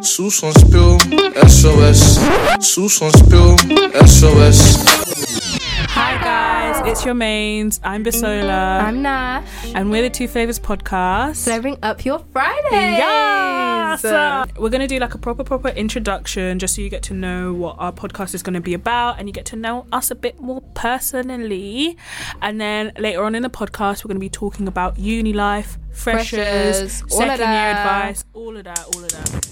Sus on spill, SOS. Sus on spill, SOS. Hi guys, it's your mains. I'm Bisola, I'm Nah, and we're the Two Favors podcast. serving up your Friday. Yes! We're going to do like a proper, proper introduction just so you get to know what our podcast is going to be about and you get to know us a bit more personally. And then later on in the podcast, we're going to be talking about uni life, freshers, Freshers, all of second year that. advice, all of that, all of that.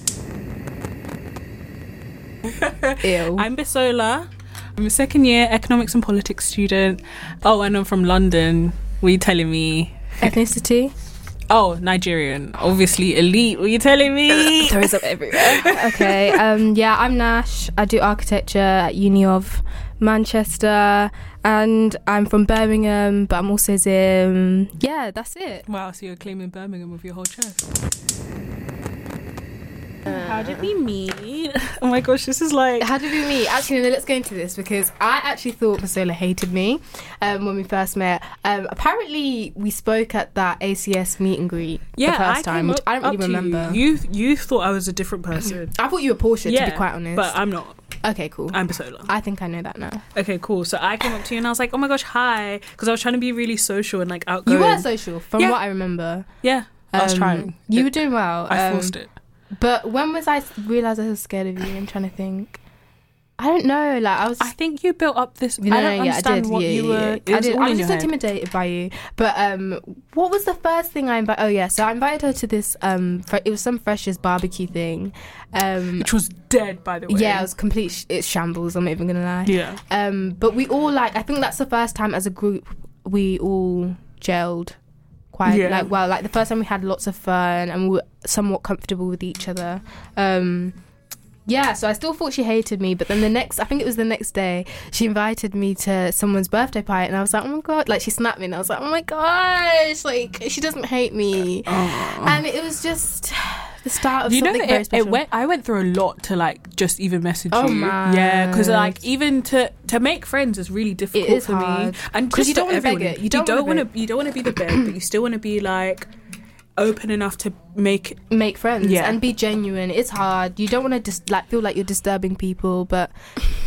Ew. I'm Bisola. I'm a second year economics and politics student. Oh, and I'm from London. Were you telling me? Ethnicity. Oh, Nigerian. Obviously elite. Were you telling me? There is up everywhere. okay. Um. Yeah. I'm Nash. I do architecture at Uni of Manchester, and I'm from Birmingham, but I'm also Zim. Yeah. That's it. Wow, so you're claiming Birmingham with your whole chest. Uh, How did we meet? Oh my gosh, this is like How did we meet? Actually, no, let's go into this because I actually thought Basola hated me um, when we first met. Um, apparently, we spoke at that ACS meet and greet the first time, which I don't really remember. You. you thought I was a different person. I thought you were Portia, to be quite honest. But I'm not. okay, cool. I'm Pasola. I think I know that now. Okay, cool. So I came up to you and I was like, "Oh my gosh, hi," because I was trying to be really social and like You outgoing. were social, from Yeah. what I remember. yeah, I was Um, trying. You It- were doing well. I um, forced it. But when was I realized I was scared of you? I'm trying to think. I don't know. Like I was. I think you built up this. No, I no, don't yeah, understand did, what yeah, you yeah, were. yeah. It was I did. all I in was your just head. intimidated by you. But um, what was the first thing I invited? Oh yeah, so I invited her to this um, fre- it was some freshers barbecue thing. Um, Which was dead, by the way. yeah, it was complete. Sh- it's shambles. I'm not even gonna lie. yeah. Um, but we all like. I think that's the first time as a group we all gelled quite Yeah. like well. Like the first time we had lots of fun and we were somewhat comfortable with each other. Um, yeah, so I still thought she hated me, but then the next, I think it was the next day, she invited me to someone's birthday party, and I was like, oh my god, like she snapped me, and I was like, oh my gosh, like she doesn't hate me, Uh-uh. and it was just the start of Oh. you know something very it, special. it went i went through a lot to like just even message Oh you my. yeah because like even to to make friends is really difficult is for hard. me and 'Cause just you don't for wanna beg everyone. it. You don't wanna want to you don't want to be the beg but you still want to be like open enough to make make friends Yeah. and be genuine. It's hard. You don't want to dis- like feel like you're disturbing people, but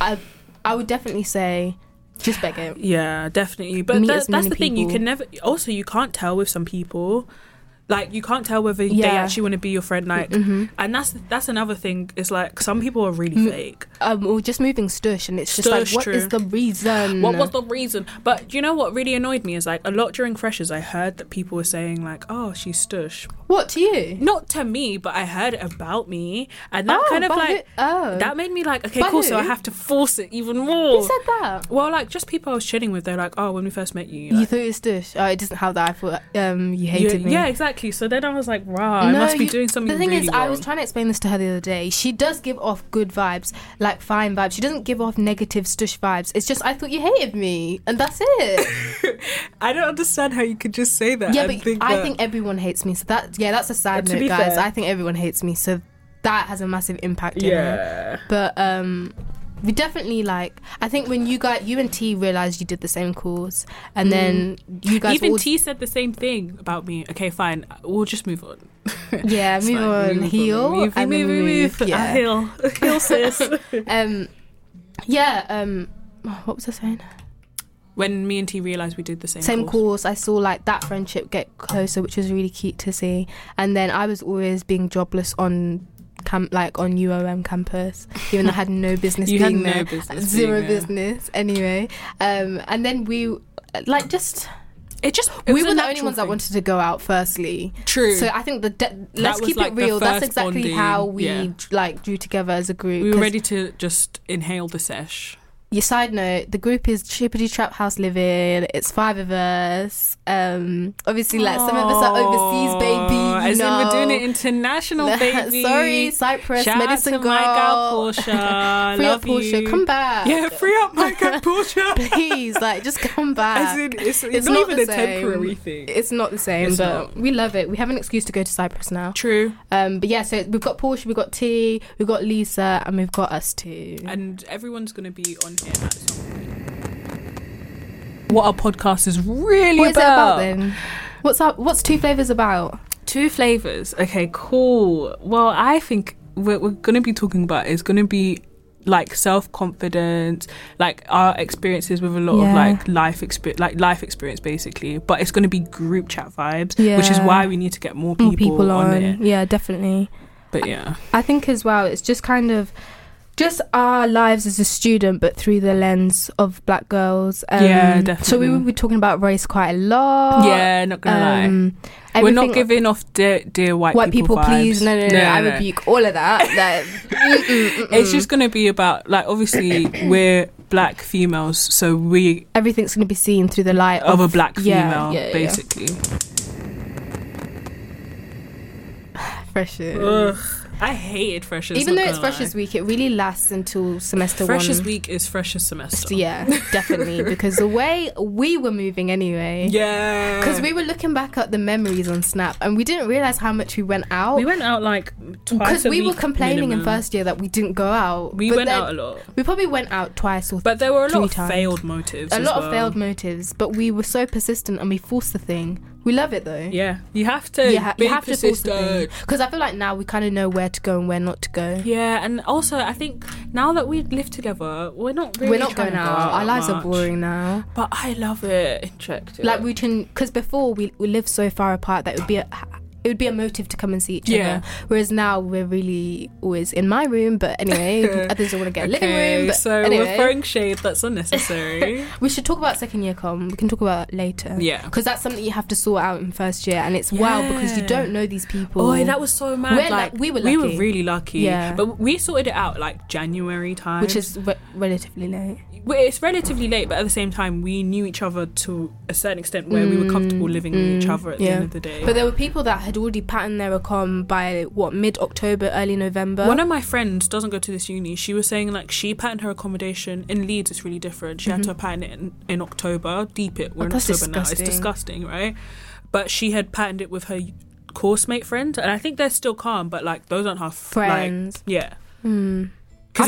I I would definitely say just beg it. yeah definitely but Meet that, as that's many the thing you people. can never also you can't tell with some people like you can't tell whether they Yeah. Mm-hmm. actually want to be your friend like and that's that's another thing it's like some people are really fake Um, or just moving stush, and it's just Stush, like, what is true. the reason? What was the reason? But you know what really annoyed me is like a lot during freshers, I heard that people were saying like, "Oh, she's stush." what to you? Not to me, but I heard it about me, and that Oh, kind of but like who- oh. that made me like, okay, But cool. So I who? have to force it even more. Who said that? Well, like just people I was chilling with, they're like, "Oh, when we first met you." You like, thought it was stush. Oh, it doesn't have that. I thought um, you you- hated me. yeah, exactly. So then I was like, "Wow, I must be you- doing something." The thing really is, I was wrong." trying to explain this to her the other day. She does give off good vibes, like fine vibes. She doesn't give off negative stush vibes. It's just I thought you hated me, and that's it. I don't understand how you could just say that. Yeah, and but I that- think everyone hates me. So that yeah, that's a sad To be note, guys. fair. I think everyone hates me. So that has a massive impact. Yeah. yeah. But um, we definitely like. I think when you guys, you and T realized you did the same course, and Mm. then you guys Even all- T said the same thing about me. Okay, fine. We'll just move on. Yeah, It's move on. Heal Move, and move, then move, move. move. Yeah. I heal. Heal, sis. Um, yeah. Um, oh, what was I saying? when me and T realised we did the same, same course i saw like that friendship get closer which was really cute to see and then i was always being jobless on camp like on uom campus even though i had no business You had being no there business zero being there. business anyway um and then we like just It just it we was a were the only natural ones that thing. wanted to go out firstly True. so i think the de- let's was, keep like, it the real that's first exactly bonding, how we yeah. like drew together as a group we were 'cause ready to just inhale the sesh. your side note, the group is Chippity Trap House Living. It's five of us. Um, obviously, like some of us are overseas, baby. You As know. in we're doing it international, baby. Sorry, Cyprus, Shout medicine out to girl. my girl Portia. Free Love up Portia, you. come back. Yeah, free up my girl Portia. Please, like, just come back. As in, it's, it's, It's not, not even the a temporary same. thing. It's not the same, It's but not. we love it. We have an excuse to go to Cyprus now. True. Um, but yeah, so we've got Portia, we've got T, we've got Lisa, and we've got us too. and everyone's going to be on here at some point. What our podcast is really What is it about. about then? What's up? What's Two Flavors about? Two flavors. Okay, cool. Well, I think what we're going to be talking about is going to be like self confidence, like our experiences with a lot Yeah. of like life experience, like life experience basically. But it's going to be group chat vibes, which is Yeah. why we need to get more people, More people on, on. it. Yeah, definitely. But yeah, I think as well, it's just kind of just our lives as a student, but through the lens of black girls. Um, Yeah, So we definitely. will be talking about race quite a lot. yeah, not gonna lie. Um, We're not everything- giving off dear, dear white, white people, vibes. please. No, no, no, no, I rebuke all of that. That- mm-mm, mm-mm. It's just going to be about like obviously we're black females, so we everything's going to be seen through the light of of, a black yeah, female yeah, yeah. basically. freshers. Ugh, I hated freshers. Even though not it's gonna freshers lie. week, it really lasts until semester freshers one. week is freshers semester. Yeah, definitely. because the way we were moving anyway. yeah, Because we were looking back at the memories on Snap and we didn't realize how much we went out. we went out like twice because a we were week complaining in minimum. first year that we didn't go out. We but went then- out a lot, We probably went out twice or but there were a lot Three of times. failed motives. a as lot well. of failed motives, but we were so persistent and we forced the thing. We love it though. Yeah, you have to. you, ha- be you have to force the thing. persistent. Because I feel like now we kind of know where to go and where not to go. Yeah, and also I think now that we live together, we're not really We're not trying going to go out. Our lives are much. boring now. But I love it. Interactive. Like we can, because before we we lived so far apart that it would be a it would be a motive to come and see each Yeah. other. Whereas now we're really always in my room, but anyway, others want to get a living room. But so anyway, we're throwing shade that's unnecessary. we should talk about second year com. We can talk about it later. yeah. Because that's something you have to sort out in first year, and it's wow because you Yeah. don't know these people. Oh, that was so mad. We're like, lu- we were we lucky. were really lucky. Yeah. but we sorted it out like January time, which is re- relatively late. Well, it's relatively late, but at the same time, we knew each other to a certain extent where we were comfortable Mm, living mm, with each other at the yeah. end of the day. But there were people that had already patterned their com by what mid October, early November. one of my friends doesn't go to this uni. She was saying like she patterned her accommodation in Leeds. It's really different. She had to pattern it in, in October. Deep it. We're Mm-hmm. Oh, in that's October now. It's disgusting, right? But she had patterned it with her course mate friend, and I think they're still calm. But like those aren't her f- friends. Like, yeah, Hmm. I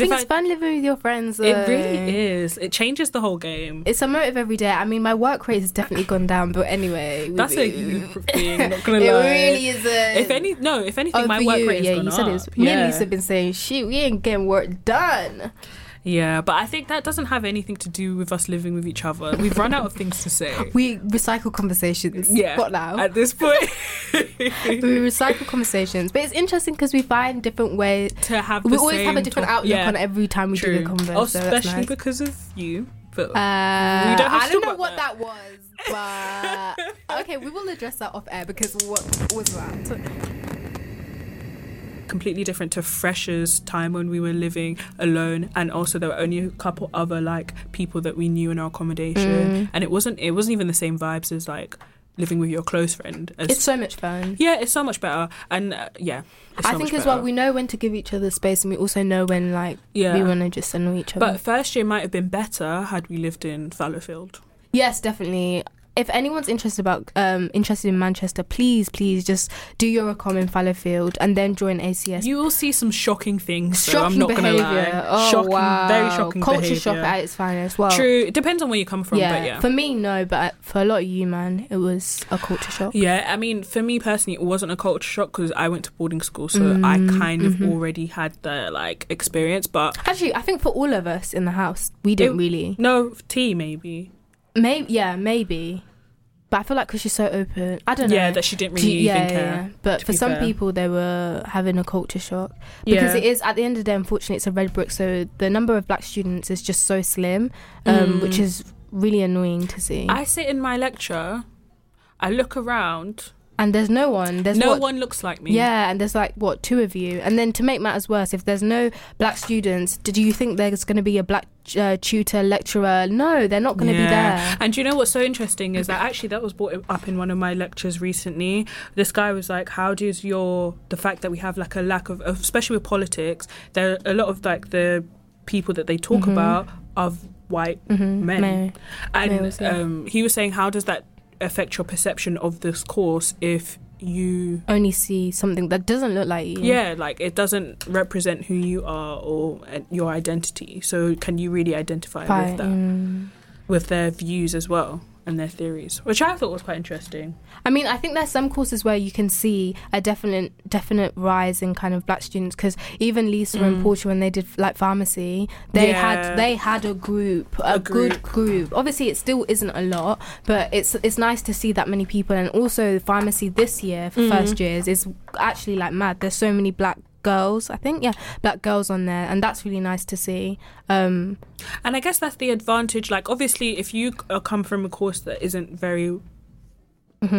because think it's fun living with your friends. Though. it really is. It changes the whole game. It's a motive every day. I mean, my work rate has definitely gone down, but anyway, we- That's a you thing. Not gonna it lie. really is a. if any, no. If anything, Oh, my for work you, rate has yeah, gone you up. said it was. Me yeah. and Lisa have been saying, "Shit, we ain't getting work done." yeah, but I think that doesn't have anything to do with us living with each other. We've run out of things to say. We recycle conversations. Yeah. What now? At this point, we recycle conversations, but it's interesting because we find different ways. to have We the always have a same different top- outlook yeah, on every time we true. Oh, do a converse. so especially that's nice. because of you. But Uh, We don't have I to talk don't know about what that, that. was, but okay, we will address that off air because what was that? completely different to freshers' time when we were living alone, and also there were only a couple other like people that we knew in our Mm. accommodation, and it wasn't it wasn't even the same vibes as like living with your close friend. As, It's so much fun. yeah, it's so much better, and uh, yeah, it's I so think much as well better. we know when to give each other space, and we also know when like yeah. we want to just annoy each other. But first year might have been better had we lived in Fallowfield. yes, definitely. If anyone's interested about um interested in Manchester, please please just do your Eurocom in Fallowfield and then join ACS. You will see some shocking things. So shocking I'm not behavior. gonna lie. Oh shocking, wow! very shocking Culture behavior. shock at its finest. Well, True. It depends on where you come from, yeah, but yeah. For me, no, but for a lot of you, man, it was a culture shock. yeah, I mean, for me personally, it wasn't a culture shock because I went to boarding school, so Mm, I kind of mhm. already had the like experience. But Actually, I think for all of us in the house, we didn't It- really. no, tea maybe. Maybe, yeah, maybe. But I feel like because she's so open, I don't know. Yeah, that she didn't Do really you- yeah, even yeah, care. yeah. But to for be some fair. people, they were having a culture shock Yeah. because it is at the end of the day. Unfortunately, it's a red brick, so the number of black students is just so slim, um, Mm. which is really annoying to see. I sit in my lecture. I look around. and there's no one. There's no what, one looks like me. Yeah, and there's like what two of you, and then to make matters worse, if there's no black students, did you think there's going to be a black uh, tutor lecturer? No, they're not going to Yeah. be there. And do you know what's so interesting is that actually that was brought up in one of my lectures recently. This guy was like, "How does your the fact that we have like a lack of, of- especially with politics, there are a lot of like the people that they talk Mhm. about are white Mm-hmm. Men. and Males, yeah. um, he was saying, how does that affect your perception of this course if you only see something that doesn't look like you. yeah like it doesn't represent who you are or uh, your identity so can you really identify Right, with that mm. with their views as well and their theories, which I thought was quite interesting. I mean, I think there's some courses where you can see a definite definite rise in kind of black students because even Lisa and Portia when they did like pharmacy, they Yeah. had they had a group, a, A good group. Obviously, it still isn't a lot, but it's it's nice to see that many people. And also, pharmacy this year for first years is actually like mad. There's so many black girls. I think yeah, black girls on there, and that's really nice to see. Um, And I guess that's the advantage. Like, obviously, if you uh, come from a course that isn't very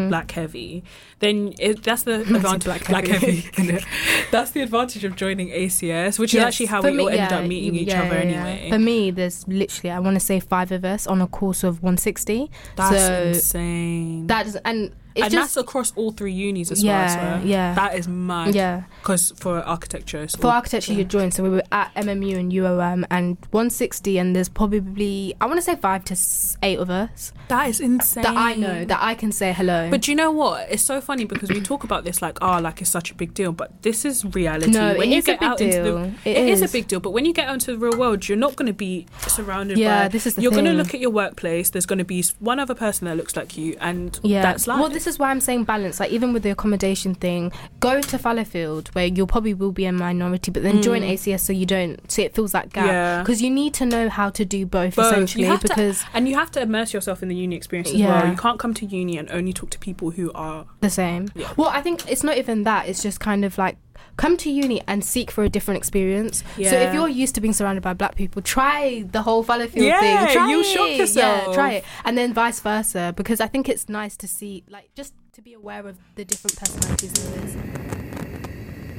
black heavy, then it, that's the advantage. Mm-hmm. black black heavy. heavy. innit? that's the advantage of joining ACS, which is Yes, actually how for we me- all ended yeah, up meeting you- each yeah, other yeah, yeah. anyway. For me, there's literally I want to say five of us on a course of 160. That's so insane. that is, and it's and just that's across all three unis as well. Yeah, I swear. yeah. That oh, is mad. yeah. Because for architecture, it's For all- architecture, you joined. So we were at MMU and UOM and 160, and there's probably I want to say five to s- eight of us that is insane. that I know that I can say hello. But do you know what? It's so funny because we talk about this like, oh, like it's such a big deal, but this is reality. No, it you is a big into deal. the, It it is. is. a big deal, but when you get out into the real world, you're not going to be surrounded Yeah, by. this is the You're to thing. look at your workplace. There's going to be s- one other person that looks like you, and yeah, that's life. well, this is why I'm saying balance. Like even with the accommodation thing, go to Fallowfield where you'll probably will be a minority, but then join ACS so you don't. So it fills that gap Mm. Yeah. because you need to know how to do both, Both. You essentially have to- because and you have to immerse yourself in the uni experience as Yeah. well. You can't come to uni and only talk to people who are. the same. Yeah. Well, I think it's not even that. It's just kind of like come to uni and seek for a different experience. So if Yeah. you're used to being surrounded by black people, try the whole fellow field Yeah, thing. Try you'll it. shock Yeah, yourself. try it, and then vice versa. Because I think it's nice to see, like, just to be aware of the different personalities. Of this.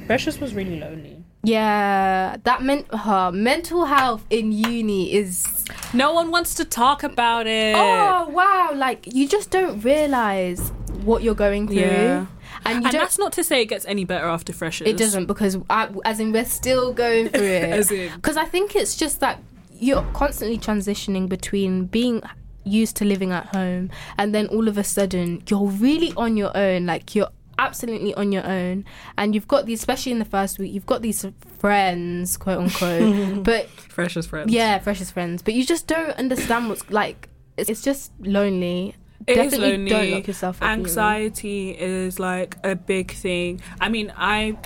Precious was really lonely. Yeah, that meant her mental health in uni is. No one wants to talk about it. Oh wow! Like you just don't realize what you're going through, Yeah. and and you don't. that's not to say it gets any better after freshers. It doesn't because I, as in we're still going through As it. in. Because I think it's just that you're constantly transitioning between being used to living at home and then all of a sudden you're really on your own. Like you're absolutely on your own, and you've got these, especially in the first week, you've got these friends, quote unquote. but Freshers friends. yeah, freshest friends. But you just don't understand what's like. It's, it's just lonely. It is Definitely lonely. don't lock yourself up. Anxiety is like a big thing. I mean, I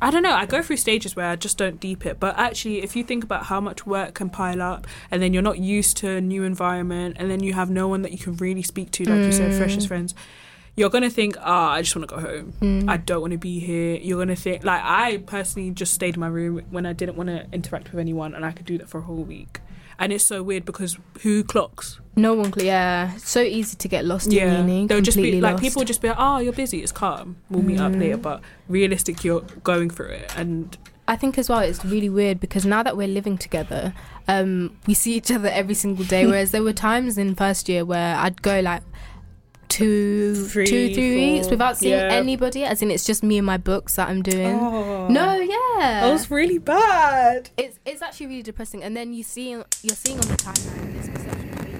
I don't know. I go through stages where I just don't deep it, but actually, if you think about how much work can pile up, and then you're not used to a new environment, and then you have no one that you can really speak to, like you said, Mm. freshest friends. You're gonna think, ah, I just want to go home. Mm. I don't want to be here. You're gonna think, like, I personally just stayed in my room when I didn't want to interact with anyone, and I could do that for a whole week. And it's so weird because who clocks? No one. Cl- yeah, so easy to get lost yeah, in uni. they'll just be completely like lost. Mm. people just be like, "Oh, you're busy. It's calm. We'll meet up later." But realistic, you're going through it, and I think as well it's really weird because now that we're living together, um, we see each other every single day. Whereas there were times in first year where I'd go like two, two, three Three, weeks four, without seeing yeah. anybody. As in, it's just me and my books that I'm doing. Oh. No, yeah, really bad. it's it's actually really depressing. And then you see you're seeing on the timeline. this perception of really-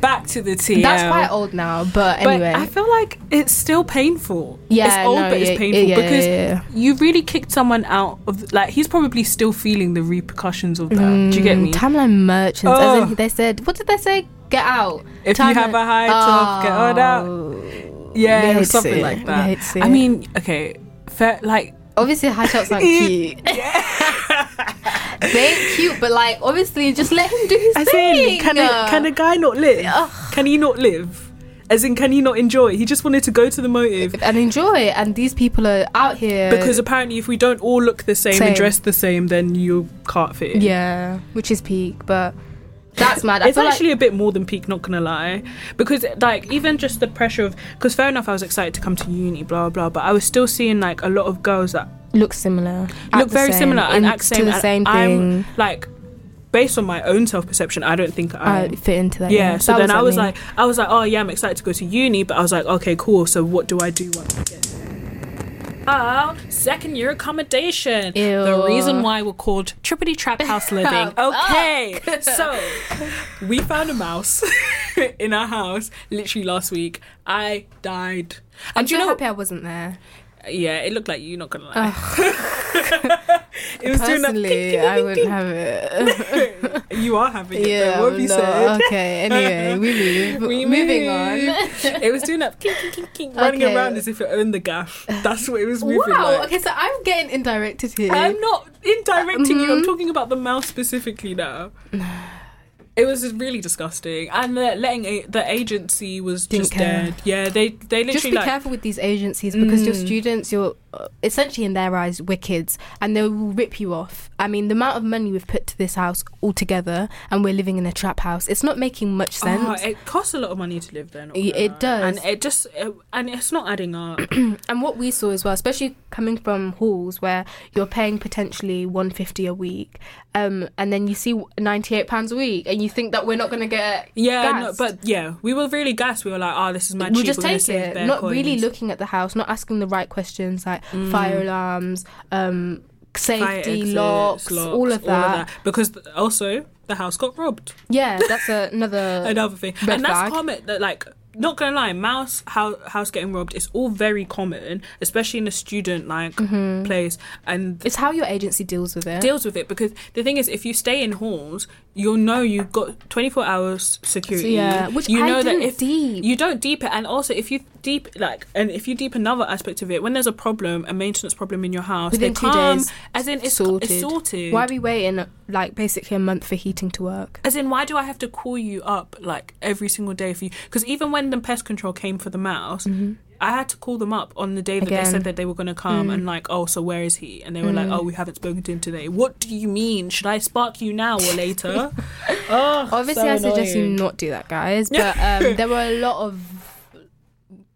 Back to the TL. That's quite old now, but But anyway, I feel like it's still painful. Yeah, it's old, no, but yeah, it's painful yeah, yeah, because yeah, yeah. you really kicked someone out of like he's probably still feeling the repercussions of that. Do you get Mm, me? Timeline merchants. As in, Ugh. they said, what did they say? Get out. If you have a high top, get on out. Oh. We yeah, hate to something see it. like We hate to that. see I it. mean, okay, fair, like Obviously, high tops aren't Yeah. cute. they ain't cute, but like, obviously, just let him do his As thing. in, can a, can a guy not live? Can he not live? As in, can he not enjoy? He just wanted to go to the motive. and enjoy it. And these people are out here Because apparently, if we don't all look the same, Same. and dress the same, then you can't fit in. yeah, which is peak, but that's mad. I It's feel like- actually a bit more than peak, not gonna lie. Because, like, even just the pressure of. Because, fair enough, I was excited to come to uni, blah, blah, but I was still seeing, like, a lot of girls that look similar, act look the very same, similar and in- act same, to the and same I'm, thing. like, based on my own self perception, I don't think I. I fit into that. yeah so That then i was me. like i was like oh yeah i'm excited to go to uni but i was like okay cool so what do i do once i get there Oh, second year accommodation. Ew. The reason why we're called Trippity Trap House Living. Okay, so we found a mouse in our house literally last week. I died. I'm And do so you know, happy I wasn't there. Yeah, it looked like you. Not gonna lie, Ugh, it was doing that. personally, I wouldn't have it. you are having it. yeah, though, what have you no, said? okay. Anyway, we move. We Moving move. on. It was doing that, kink, kink, kink, kink, running Okay. around as if it owned the gaff. That's what it was moving Wow. like. Okay, so I'm getting indirected here. I'm not indirecting you. I'm Mhm. talking about the mouse specifically now. It was really disgusting, and the letting a- the agency was Didn't just care. dead. Yeah, they they literally just be like careful with these agencies because your Mm. students you're uh, essentially in their eyes we're kids and they will rip you off i mean the amount of money we've put to this house altogether and we're living in a trap house it's not making much sense Ah, it costs a lot of money to live there. not Y- gonna it lie. does. and it just it, and it's not adding up. and what we saw as well especially coming from halls where you're paying potentially 150 a week um, and then you see 98 pounds a week and you think that we're not going to get Yeah, no, gassed. but yeah, we were really gassed. We were like, "Oh, this is my we'll cheap, just we're gonna take save it bare not coins. Mm. really looking at the house not asking the right questions like fire alarms um Fire safety exits, locks, all of that, Because th- also the house got robbed. yeah that's another Another thing, red and that's flag. common. That like, not gonna lie, mouse house, house getting robbed is all very common, especially in a student like Mm-hmm. place. And it's how your agency deals with it deals with it because the thing is, if you stay in halls, you'll know you've got 24 hours security. yeah, which you I know didn't that if deep. you don't deep it, and also if you deep like, and if you deep another aspect of it, when there's a problem, a maintenance problem in your house, Within they two come days, as in it's sorted. It's sorted. why are we waiting like basically a month for heating to work As in, why do I have to call you up like every single day for you? Because even when the pest control came for the mouse, I had to call them up on the day that they Mm-hmm. Again. Mm. said that they were going to come and like, oh, so where is he? And they were like, oh, we haven't spoken to him today. What do you mean? Should I spark you now or later? oh, obviously i suggest you not do that guys but um, there were a lot of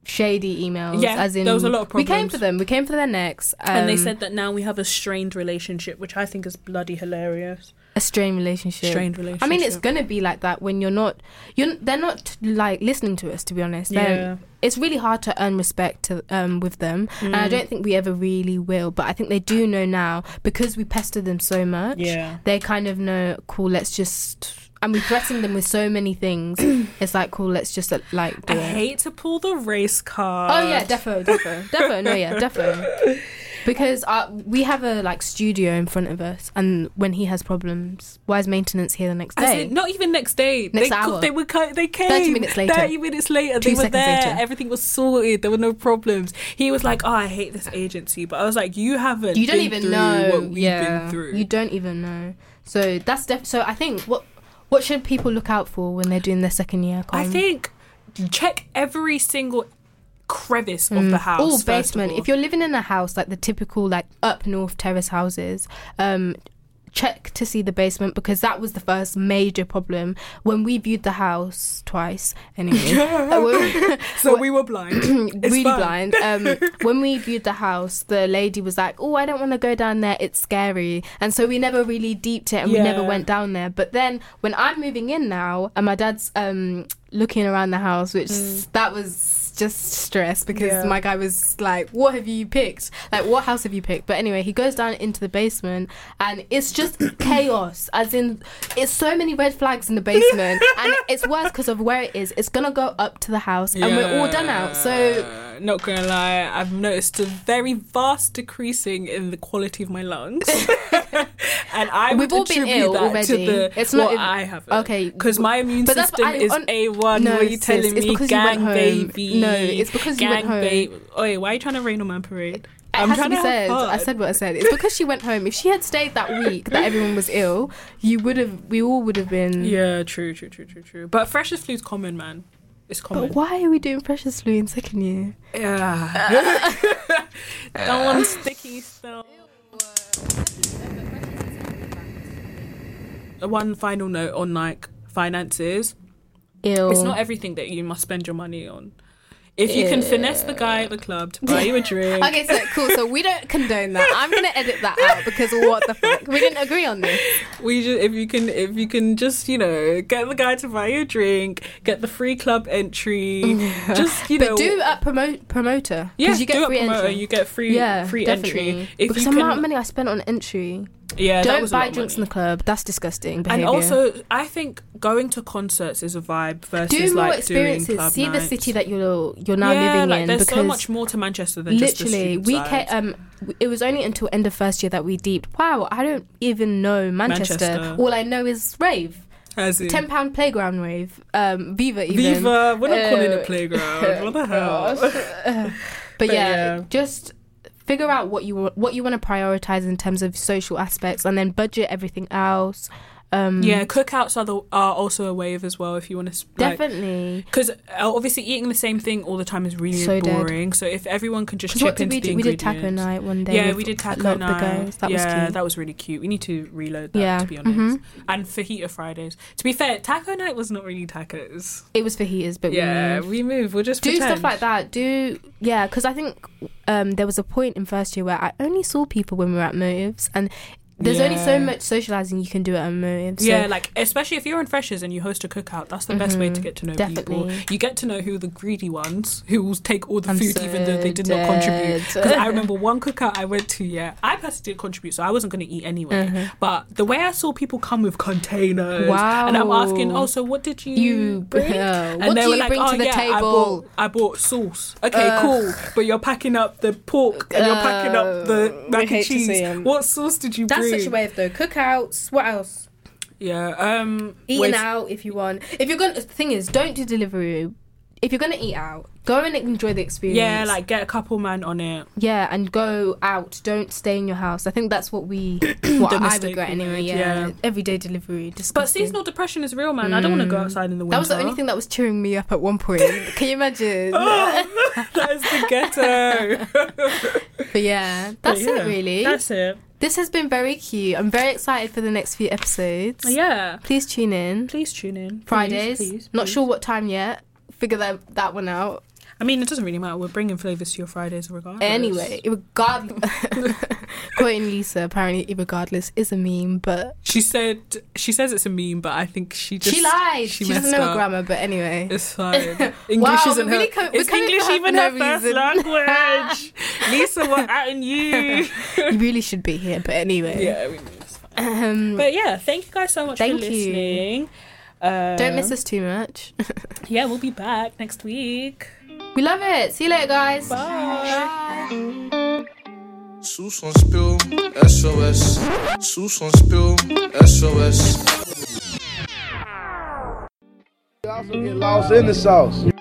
shady emails Yeah, as in there was a lot of we came problems. for them we came for their necks um, and they said that now we have a strained relationship, which I think is bloody hilarious. a strained relationship Strained relationship. I mean, it's gonna be like that when you're not. You're they're not like listening to us. To be honest, They're- it's really hard to earn respect to, um, with them, and Mm. I don't think we ever really will. But I think they do know now because we pester them so much. Yeah. they kind of know. Cool, let's just. And we threaten them with so many things. it's like, cool, let's just uh, like. Do I it. hate to pull the race card. Oh yeah, defo, defo, defo. No, yeah, defo. Because uh, we have a like studio in front of us, and when he has problems, why is maintenance here the next As day? in, not even next day. Next they, co- hour. They were. co- They came. minutes later. Thirty minutes later, Two they were seconds there. later. Everything was sorted. There were no problems. He was like, "Oh, I hate this agency," but I was like, "You haven't. you don't been even through know what we've yeah been through." you don't even know so that's def- so i think what what should people look out for when they're doing their second year I com? think check every single crevice of the house. or first of Mm. basement all. if you're living in a house like the typical like up north terrace houses um check to see the basement because that was the first major problem when we viewed the house twice anyway uh, when- so we were blind. It's really fine. blind. Um, when we viewed the house, the lady was like, "Oh, I don't want to go down there. It's scary." And so we never really deeped it, and we never Yeah. went down there. But then when I'm moving in now, and my dad's um, looking around the house, which that was just stress because Mm. Yeah. my guy was like, "What have you picked? Like, what house have you picked?" But anyway, he goes down into the basement, and it's just chaos. As in, it's so many red flags in the basement, and it's worse because of where it is. It's gonna go up to the house, and we're all done out. So Yeah, not gonna lie, I've noticed a very vast decreasing in the quality of my lungs, and I We've would all been attribute ill that already. to the It's not well, even- I haven't Okay, because my immune but that's what system I- is on- a one. No, what are you sis, telling it's me, because you went gang home. baby? No, it's because you gang went home. baby. Oi, why are you trying to rain on my parade? It has to be have said. I fun. said what I said. It's because she went home. If she had stayed that week that everyone was ill, you would have. We all would have been. Yeah, true, true, true, true, true. But freshers flu's common, man. It's common. But why are we doing precious flu in second year? Yeah. that one's sticky still. One final note on like finances. Ill. It's not everything that you must spend your money on. If you can finesse the guy at the club to buy you a drink, Okay, so cool. So we don't condone that. I'm gonna edit that out because what the fuck? We didn't agree on this. we just if you can if you can just you know get the guy to buy you a drink, get the free club entry, just you But know do uh, promote promoter. yeah, because you get do a free promoter, entry. you get free yeah, free definitely. entry. If because you the amount can of money I spent on entry. Yeah, that Don't was a lot buy of drinks in money. the club. That's disgusting And behavior. also, I think going to concerts is a vibe versus do more like doing experiences. club See the nights. city that you're you're now yeah, living like, in. There's because so much more to Manchester than just the literally street we side. ca- um w- it was only until end of first year that we deeped wow i don't even know manchester, Manchester. all i know is rave As in- 10 pound playground rave um viva even Viva, we're not calling it Uh, a playground. What the hell? Gosh. but, But yeah, yeah. just figure out what you wa- what you want to prioritize in terms of social aspects and then budget everything else um Yeah, cookouts are the are also a wave as well if you want to. Like, definitely because obviously eating the same thing all the time is really So dead. boring. So if everyone can just because chip what did into we the do we did taco ingredients- night one day Yeah, with we did a taco lot of night. the girls. that yeah, was cute that was really cute. We need to reload that Yeah, to be honest. mhm. And fajita Fridays. To be fair, taco night was not really tacos. it was for heaters but we yeah, moved. we move. We'll just do pretend. stuff like that do yeah because i think um there was a point in first year where i only saw people when we were at motives and there's only so Yeah. much socializing you can do at a motive so Yeah, like especially if you're in freshers and you host a cookout, that's the best way to Mhm, get to know definitely. people. You get to know who are the greedy ones who will take all the I'm food so even though they did not contribute. dead. Because I remember one cookout I went to, yeah, I personally didn't contribute, so I wasn't going to eat anyway. Mm-hmm. But the way I saw people come with containers, and I'm asking, Wow. oh, so what did you, You- bring? yeah, And what they do were you like, bring oh, to the yeah, I table?" bought, I bought sauce. Okay, Ugh. cool. But you're packing up the pork and you're packing up the Ugh. I mac Oh, hate and to see 'em. cheese. What sauce did you bring? way of though cookouts what else Yeah. Um. wait- out if you want if you're gonna thing is don't do delivery if you're gonna eat out go and enjoy the experience Yeah, like get a couple man on it. yeah and go out don't stay in your house i think that's what we what The i mistake regret we anyway made, yeah, yeah. everyday delivery But disgusting. seasonal depression is real, man. I don't want to go outside in the winter. Mm. That was the only thing that was cheering me up at one point. Can you imagine? Oh, that is the ghetto. But yeah, But that's yeah, it really. That's it. This has been very cute. I'm very excited for the next few episodes. Yeah. Please tune in. Please tune in. Please, Fridays. please, Not please. sure what time yet. Figure that that one out. I mean, it doesn't really matter. We're bringing flavors to your Fridays regardless. Anyway, regardless. Quoting Lisa, apparently, regardless is a meme, but she said she says it's a meme, but I think she just she lied. She, She, doesn't messed know up. grammar, but anyway. It's fine. English we're isn't really her. co- we're it's coming for English her for even no her first reason. language. Lisa, we're outing you. you really should be here, but anyway. yeah, we knew it's fine. Um, But yeah, thank you guys so much Thank for you. listening. Uh, don't miss us too much. Yeah, we'll be back next week. we love it. See you later, guys. Bye. Bye. Sus on spill, SOS. Sus on spill, SOS. You also get lost in the sauce.